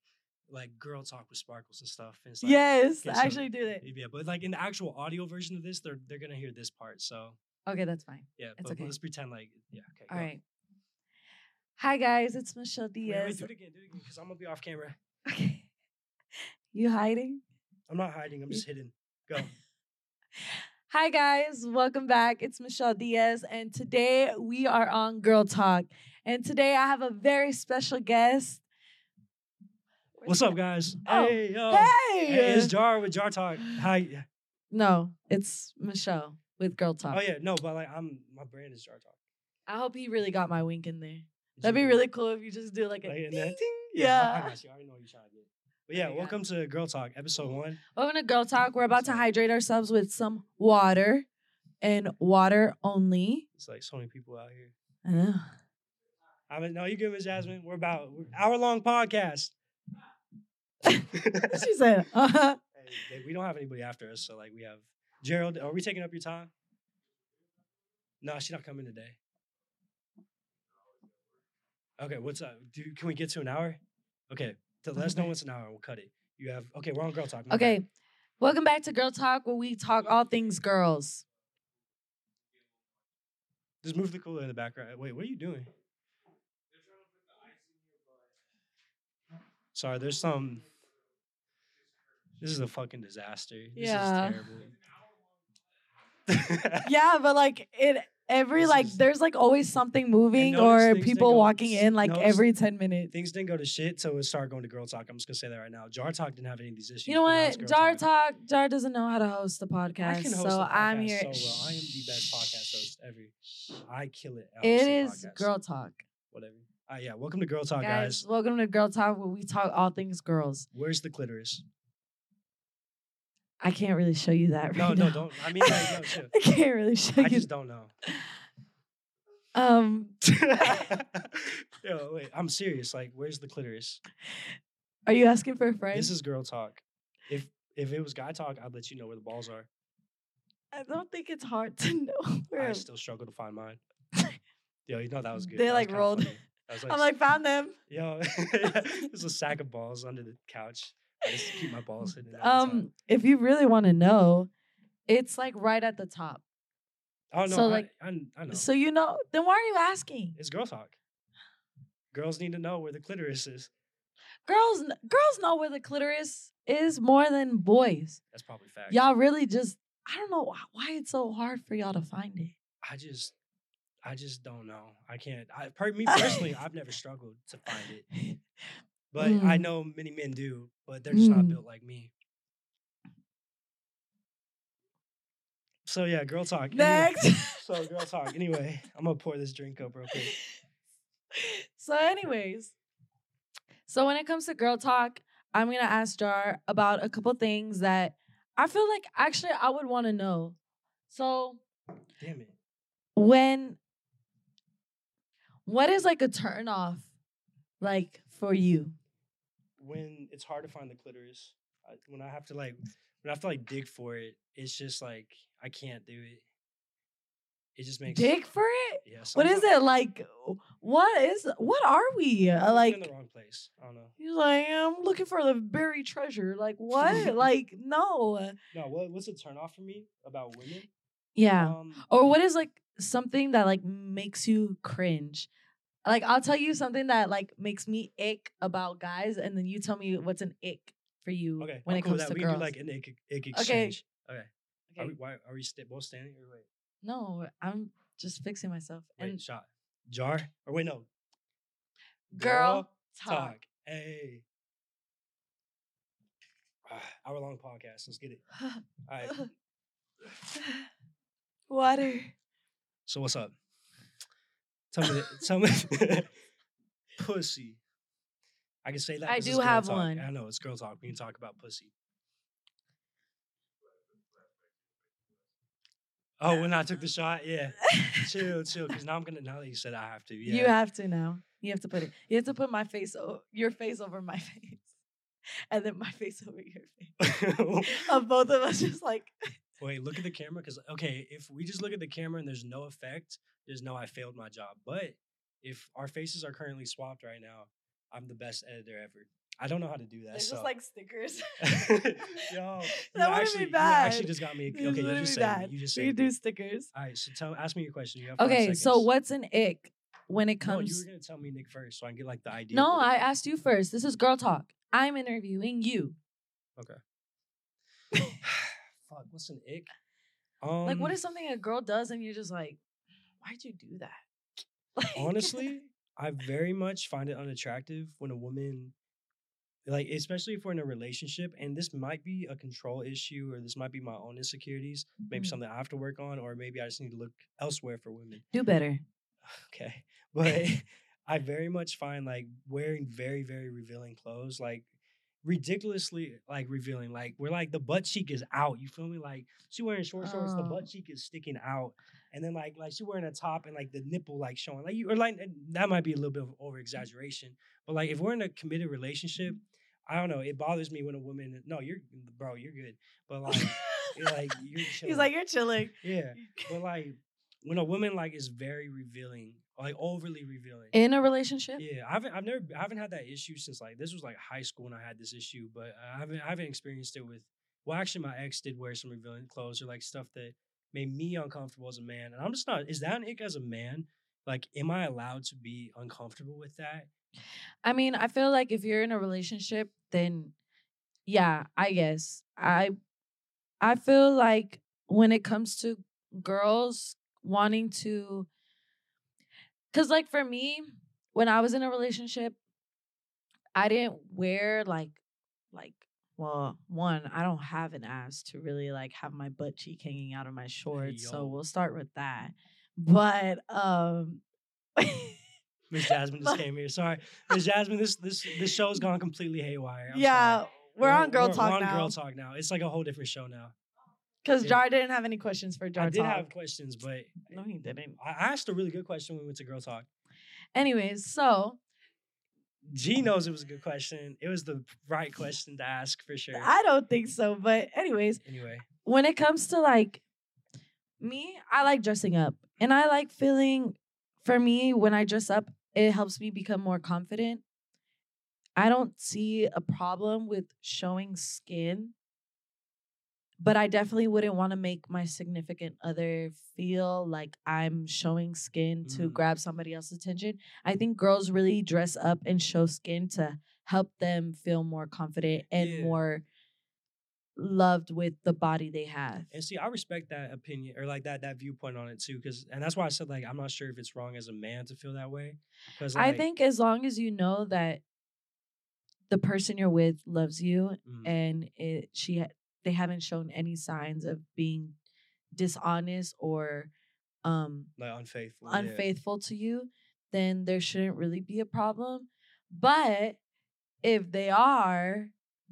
C: like Girl Talk with sparkles and stuff. And it's like,
B: yes.
C: okay, so-
B: actually, do it.
C: Yeah, but like in the actual audio version of this, they're they're gonna hear this part. So
B: Okay, that's fine.
C: yeah,
B: It's
C: but
B: okay.
C: let's pretend like yeah. Okay.
B: All
C: go.
B: right. Hi guys, it's Michelle
C: Wait,
B: Diaz.
C: wait, do it again, do it again, because I'm gonna be off camera.
B: Okay. You hiding?
C: I'm not hiding. I'm just hidden. Go.
B: Hi guys, welcome back. It's Michelle Diaz, and today we are on Girl Talk. And today I have a very special guest.
C: What's up, guys?
B: Oh,
C: Hey, yo.
B: Hey,
C: Hey, it's Jar with Jar Talk. Hi.
B: no, it's Michelle with Girl Talk.
C: Oh yeah, no, but like I'm my brand is Jar Talk.
B: I hope he really got my wink in there.
C: It's
B: That'd be
C: okay.
B: really cool if you just do like a
C: Like, and
B: ding.
C: then- I, I
B: Yeah.
C: got you. I already know what you're trying to do. But yeah,
B: Okay, got
C: welcome to Girl Talk, episode one.
B: Welcome to Girl Talk. We're about to hydrate ourselves with some water and water only.
C: It's like so many people out here.
B: Ugh.
C: I mean, no, you good, Miss Jasmine. We're about hour long podcast.
B: she said, uh-huh.
C: Hey, they- we don't have anybody after us, so like we have Gerald. Are we taking up your time? No, she's not coming today. Okay, what's up? Do, can we get to an hour? Okay, to let us know
B: Okay.
C: once an hour. We'll cut it. You have okay. We're on girl talk. my bad.
B: Okay. Welcome back to Girl Talk, where we talk all things girls.
C: just move the cooler in the background. Wait, what are you doing? Sorry, there's some. This is a fucking disaster. This
B: Yeah.
C: is terrible.
B: yeah, but like it every
C: This
B: like
C: is-
B: there's like always something moving
C: notice
B: or
C: things that
B: people
C: go-
B: walking in like
C: notice-
B: every 10 minutes.
C: things didn't go to shit, so it started going to girl talk. I'm just gonna say that right now. Jar talk didn't have any of these issues.
B: You know
C: but now it's
B: what?
C: Girl
B: Jar Talk, Jar doesn't know how to host a podcast.
C: I can host
B: so
C: a
B: I'm
C: podcast
B: here.
C: so well. I am the best podcast host ever. I kill it. at
B: It
C: hosting
B: is
C: podcasts.
B: Girl Talk.
C: Whatever. Ah, yeah. Welcome to girl talk,
B: guys,
C: guys.
B: welcome to Girl Talk, where we talk all things girls.
C: Where's the clitoris?
B: I can't really show you that right
C: No,
B: now.
C: no, don't. I mean, like, no, shit.
B: I can't really show
C: I
B: you.
C: just don't know.
B: Um,
C: Yo, wait, I'm serious. Like, where's the clitoris?
B: are you asking for a friend?
C: This is girl talk. If if it was guy talk, I'd let you know where the balls are.
B: I don't think it's hard to know. Where
C: I still struggle to find mine. Yo, you know that was good.
B: They,
C: That was
B: like,
C: kinda
B: rolled.
C: funny. I was
B: I'm like found them.
C: yo, there's a sack of balls under the couch.
D: Just keep my balls hidden. all the time.
B: Um, if you really want to know, it's like right at the top.
C: Oh no,
B: so,
C: I,
B: like-
C: I, I know.
B: So you know, then why are you asking?
C: it's girl talk. Girls need to know where the clitoris is.
B: Girls, kn- girls know where the clitoris is more than boys.
C: That's probably fact.
B: Y'all really just, I don't know wh- why it's so hard for y'all to find it.
C: I just, I just don't know. I can't. I, per, me personally, I've never struggled to find it, but I
B: Mm.
C: know many men do, but they're just not
B: Mm.
C: built like me. So yeah, girl talk. anyway-
B: Next.
C: so girl talk. Anyway, I'm gonna pour this drink up real quick.
B: so, anyways, so when it comes to girl talk, I'm gonna ask Jar about a couple things that I feel like actually I would want to know. So
C: Damn it.
B: when, what is like a turn off, like for you?
C: When it's hard to find the clitoris, I, when I have to like,
B: Mm.
C: when I have to like dig for it, it's just like I can't do it. It just makes
B: Dig for it?
C: Yeah.
B: What is
C: sometimes-
B: it like? What is? What are we Uh,
C: I'm in
B: like?
C: the wrong place. I don't know.
B: He's like, I'm looking for the buried treasure. Like what? like no.
C: No, what, what's a turn off for me about women?
B: Yeah.
C: Um,
B: or what is like something that like makes you cringe like i'll tell you something that like makes me ick about guys and then you tell me what's an ick for you
C: okay.
B: when
C: I'm
B: it
C: cool with
B: comes
C: that.
B: to
C: we
B: girls
C: can do like an ick, ick
B: Okay.
C: exchange. Okay. Are
B: Okay.
C: we, why, are we st- both standing? Or wait,
B: no i'm just fixing myself
C: wait,
B: and
C: shot. Jar? Or wait, no.
B: girl, talk,
C: Hey. hour long podcast. Let's get it. All right.
B: water
C: So what's up? Tell me, the- tell me, pussy. I can say that.
B: I
C: 'cause it's
B: do
C: girl
B: have
C: talk.
B: one.
C: I know it's girl talk. We can talk about pussy. Oh, when I took the shot, yeah. chill, chill. Because now I'm gonna. Now that you said I have to, yeah.
B: you have to now you have to put it you have to put my face o- your face over my face and then my face over your face of both of us just like
C: Wait, look at the camera. Because okay, if we just look at the camera and there's no effect, there's no I failed my job. But if our faces are currently swapped right now, I'm the best editor ever. I don't know how to do that.
B: It's
C: so.
B: just like stickers.
C: Yo, you
B: wouldn't be
C: actually, you
B: bad.
C: actually just got me.
B: This
C: Okay, you
B: wouldn't
C: just
B: be
C: said
B: bad.
C: you just
B: we
C: said.
B: do stickers.
C: All right, so tell ask me your question. You have five
B: Okay, so
C: seconds.
B: what's an ick when it
C: No, you
B: comes?
C: were gonna tell me Nick first, so I can get like the idea.
B: No,
C: of it.
B: I asked you first. This is girl talk. I'm interviewing you.
C: Fuck, what's an ick? Um,
B: like, what is something a girl does and you're just like, why'd you do that? Like,
C: honestly? I very much find it unattractive when a woman, like especially if we're in a relationship, and this might be a control issue, or this might be my own insecurities, maybe
B: Mhm.
C: something I have to work on, or maybe I just need to look elsewhere for women.
B: do better.
C: okay but i very much find like wearing very very revealing clothes like ridiculously like revealing like where like the butt cheek is out you feel me like she wearing short shorts the
B: Oh.
C: butt cheek is sticking out and then like like she wearing a top and like the nipple like showing like you or like and that might be a little bit of over exaggeration but like if we're in a committed relationship i don't know it bothers me when a woman no you're bro you're good but like you're like you're
B: He's
C: chilling.
B: like, you're chilling.
C: yeah but like when a woman like is very revealing, like overly revealing.
B: In a relationship?
C: yeah, I haven't. I've never. I haven't had that issue since like this was like high school when I had this issue, but I haven't. I haven't experienced it with. Well, actually, my ex did wear some revealing clothes or like stuff that made me uncomfortable as a man, and I'm just not. Is that an ick as a man? Like, am I allowed to be uncomfortable with that?
B: I mean, I feel like if you're in a relationship, then yeah, I guess. I I feel like when it comes to girls wanting to cuz like for me, when I was in a relationship, I didn't wear like like well, one, I don't have an ass to really like have my butt cheek hanging out of my shorts,
C: yo.
B: so we'll start with that. But um
C: Miss Jasmine just
B: But-
C: came here. Sorry, Miss Jasmine. This this this show's gone completely haywire. I'm
B: yeah,
C: sorry.
B: we're on girl
C: we're
B: talk
C: on
B: now.
C: Girl talk now. It's like a whole different show now.
B: Because
C: Yeah.
B: Jar didn't have any questions for Jar
C: I did
B: Talk.
C: have questions, but
B: no, he didn't.
C: I asked a really good question when we went to Girl Talk.
B: Anyways, so
C: G knows it was a good question. It was the right question to ask for sure.
B: I don't think so. But anyways,
C: Anyway,
B: when it comes to like me, I like dressing up, and I like feeling. For me, when I dress up, it helps me become more confident. I don't see a problem with showing skin, but I definitely wouldn't want to make my significant other feel like I'm showing skin to
E: Mm.
B: grab somebody else's attention. I think girls really dress up and show skin to help them feel more confident and
E: Yeah.
B: more loved with the body they have.
C: And see, I respect that opinion or like that that viewpoint on it too, because and that's why I said like I'm not sure if it's wrong as a man to feel that way. Because
B: I think as long as you know that the person you're with loves you
C: mm, Mm-hmm.
B: and it she ha- they haven't shown any signs of being dishonest or um
C: like unfaithful, yeah.
B: unfaithful to you then there shouldn't really be a problem but if they are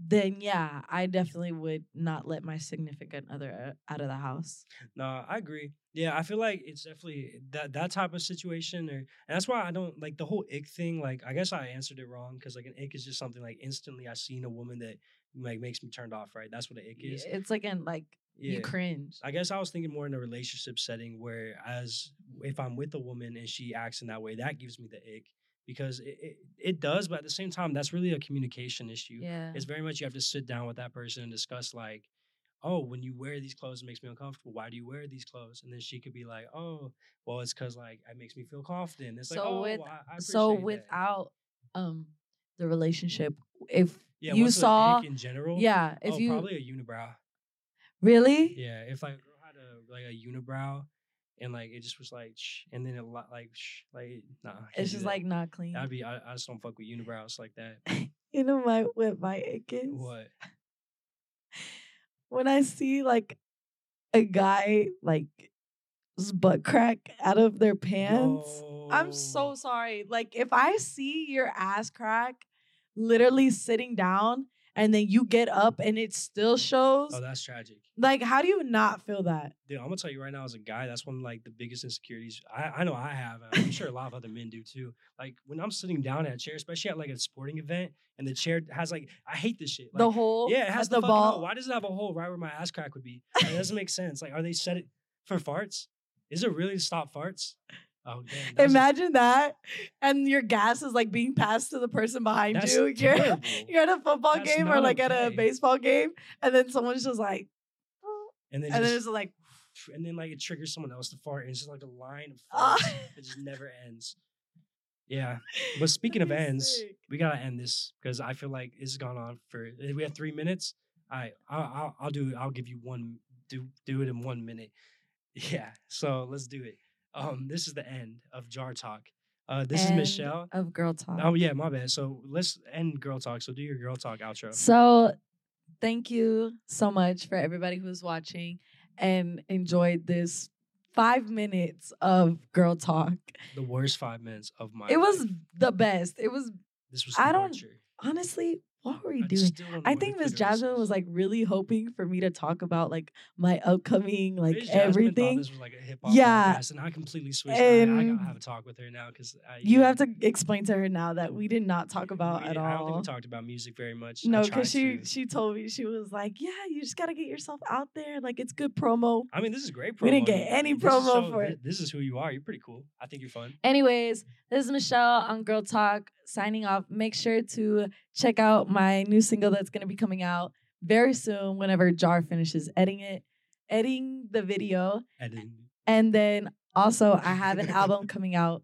B: then yeah i definitely would not let my significant other o- out of the house
C: No, I agree. Yeah, I feel like it's definitely that that type of situation, or and that's why I don't like the whole ick thing. Like, I guess I answered it wrong because like an ick is just something like instantly I seen a woman that like makes me turned off. Right, that's what an ick is.
B: Y- it's like in like
C: Yeah.
B: you cringe
C: I guess I was thinking more in a relationship setting where, as if I'm with a woman and she acts in that way, that gives me the ick because it, it, it does, but at the same time, that's really a communication issue.
B: yeah
C: It's very much you have to sit down with that person and discuss, like, oh, when you wear these clothes, it makes me uncomfortable. Why do you wear these clothes? And then she could be like, oh, well, it's because, like, it makes me feel confident. It's like,
B: So
C: oh,
B: with-
C: well, I, I
B: so
C: appreciate that."
B: without um the relationship if
C: yeah,
B: you
C: what's an ick
B: saw
C: in general,
B: yeah if
C: oh,
B: you
C: probably a unibrow.
B: really
C: Yeah, if like a girl had a like a unibrow, and like it just was like, shh, and then it lot like, shh, like nah, I can't
B: it's
C: do
B: just
C: that.
B: like not clean
C: I'd be I, I just don't fuck with unibrows like that.
B: you know my what my ick is
C: What?
B: when I see like a guy like s- butt crack out of their pants. I'm so
C: No.
B: sorry. Like if I see your ass crack literally sitting down and then you get up and it still shows,
C: Oh, that's tragic,
B: like how do you not feel that?
C: dude. I'm gonna tell you right now, as a guy, that's one of like the biggest insecurities. I, I know I have. and I'm sure a lot of other men do too. Like when I'm sitting down at a chair, especially at like a sporting event, and the chair has like I hate this shit. Like,
B: the hole,
C: yeah, it has
B: at
C: the,
B: the
C: fucking hole.
B: ball.
C: Why does it have a hole right where my ass crack would be? Like, it doesn't make sense. Like, are they set it for farts? Is it really to stop farts? Oh, damn. that's-
B: Imagine that, and your gas is like being passed to the person behind
C: that's
B: you. You're,
C: terrible.
B: you're at a football
C: That's
B: game or
C: not
B: like at a
C: okay.
B: baseball game, and then someone's just like,
C: and then
B: and then it's
C: just-
B: like,
C: and then like it triggers someone else to fart, and it's just like a line of
B: Ah.
C: farts that just never ends. Yeah, but speaking of
B: That'd be
C: ends,
B: sick.
C: we gotta end this because I feel like it's gone on for. eh, We have three minutes. All right, I'll, I'll, I'll do. it. I'll give you one. Do do it in one minute. Yeah. So let's do it. Um, this is the end of Jar Talk. Uh, this
B: End
C: is Michelle.
B: of girl talk.
C: Oh yeah, my bad. So let's end Girl Talk. So do your Girl Talk outro.
B: So, thank you so much for everybody who's watching and enjoyed this five minutes of girl talk.
C: The worst five minutes of my.
B: It was
C: life.
B: the best. It was
C: This was.
B: I don't-
C: torture.
B: honestly, what were we
C: I
B: doing?
C: still don't know
B: I
C: where the
B: think Miss
C: clitoris
B: Jasmine
C: is.
B: was like really hoping for me to talk about like my upcoming like
C: Miss Jasmine thought
B: everything.
C: This was like a hip hop
B: Yeah.
C: podcast, and I completely switched. And I, I
B: And
C: gotta have a talk with her now uh, because
B: You have to explain to her now that we did not talk about at all.
C: Mm, I don't think we talked about music very much. I
B: no,
C: tried
B: because she
C: to.
B: she told me she was like, yeah, you just gotta get yourself out there. Like it's good promo.
C: I mean, this is great. Promo.
B: We didn't
C: I
B: get
C: mean,
B: any
C: this is
B: promo
C: so-
B: for
C: thi-
B: it.
C: This is who you are. You're pretty cool. I think you're fun.
B: Anyways, this is Michelle on Girl Talk signing off. Make sure to check out my new single that's going to be coming out very soon whenever Jar finishes editing it, editing the video.
C: And then-
B: And then also, I have an album coming out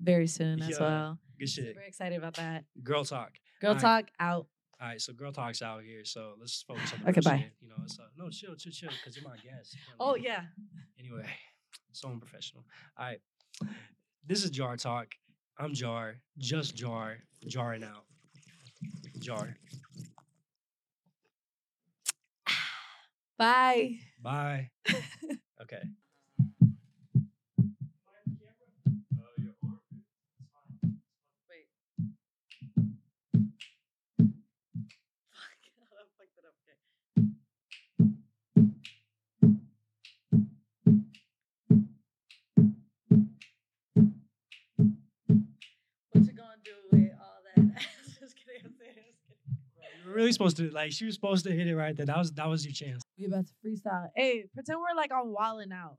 B: very soon as
C: Yeah.
B: well.
C: good shit.
B: Super excited about that.
C: Girl talk.
B: Girl
C: Alright.
B: Talk out.
C: All right, so girl talk's out here. So let's just focus on. The
B: Okay,
C: real
B: bye.
C: shit, You know, it's uh, no chill, chill, chill, because you're my guest. you can't
B: Oh,
C: leave.
B: yeah.
C: Anyway, so unprofessional. All right, this is Jar Talk. I'm Jar, just Jar, jarring out. Jar.
B: Bye.
C: Bye. okay.
B: What you gonna do with all that? just kidding. I'm saying, just kidding.
C: You were really supposed to like she was supposed to hit it right there. That was that was your chance.
B: We about to freestyle. Hey, pretend we're like on wildin' out.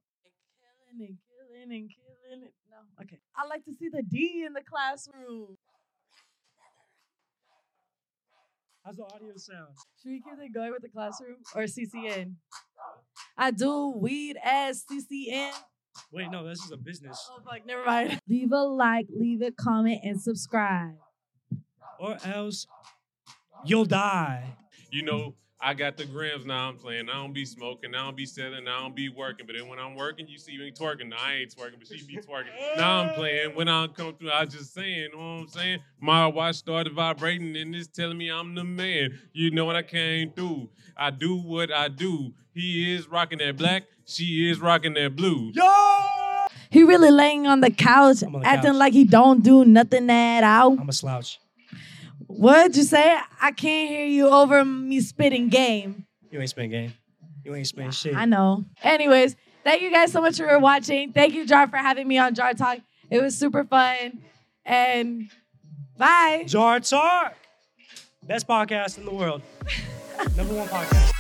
B: Killing and killing and killing it. No, okay. I like to see the D in the classroom.
C: How's the audio sound?
B: Should we keep it going with the classroom or CCN? I do weed as CCN.
C: Wait, no, this is a business.
B: Oh fuck, never mind. Leave a like, leave a comment, and subscribe.
C: Or else you'll die.
F: You know, I got the grams now. I'm playing. I don't be smoking. I don't be selling. I don't be working. But then when I'm working, you see me twerking. Now I ain't twerking, but she be twerking. now I'm playing. When I come through, I just saying, you know what I'm saying? My watch started vibrating and it's telling me I'm the man. You know what I came through. I do what I do. He is rocking that black. She is rocking that blue.
C: Yo!
B: He really laying on the couch,
C: I'm on the
B: acting
C: couch.
B: like he don't do nothing at all.
C: I'm a slouch.
B: What'd you say? I can't hear you over me spitting game.
C: You ain't spent game. You ain't spent shit.
B: I know. Anyways, thank you guys so much for watching. Thank you, Jar, for having me on Jar Talk. It was super fun. And bye.
C: Jar Talk. Best podcast in the world. Number one podcast.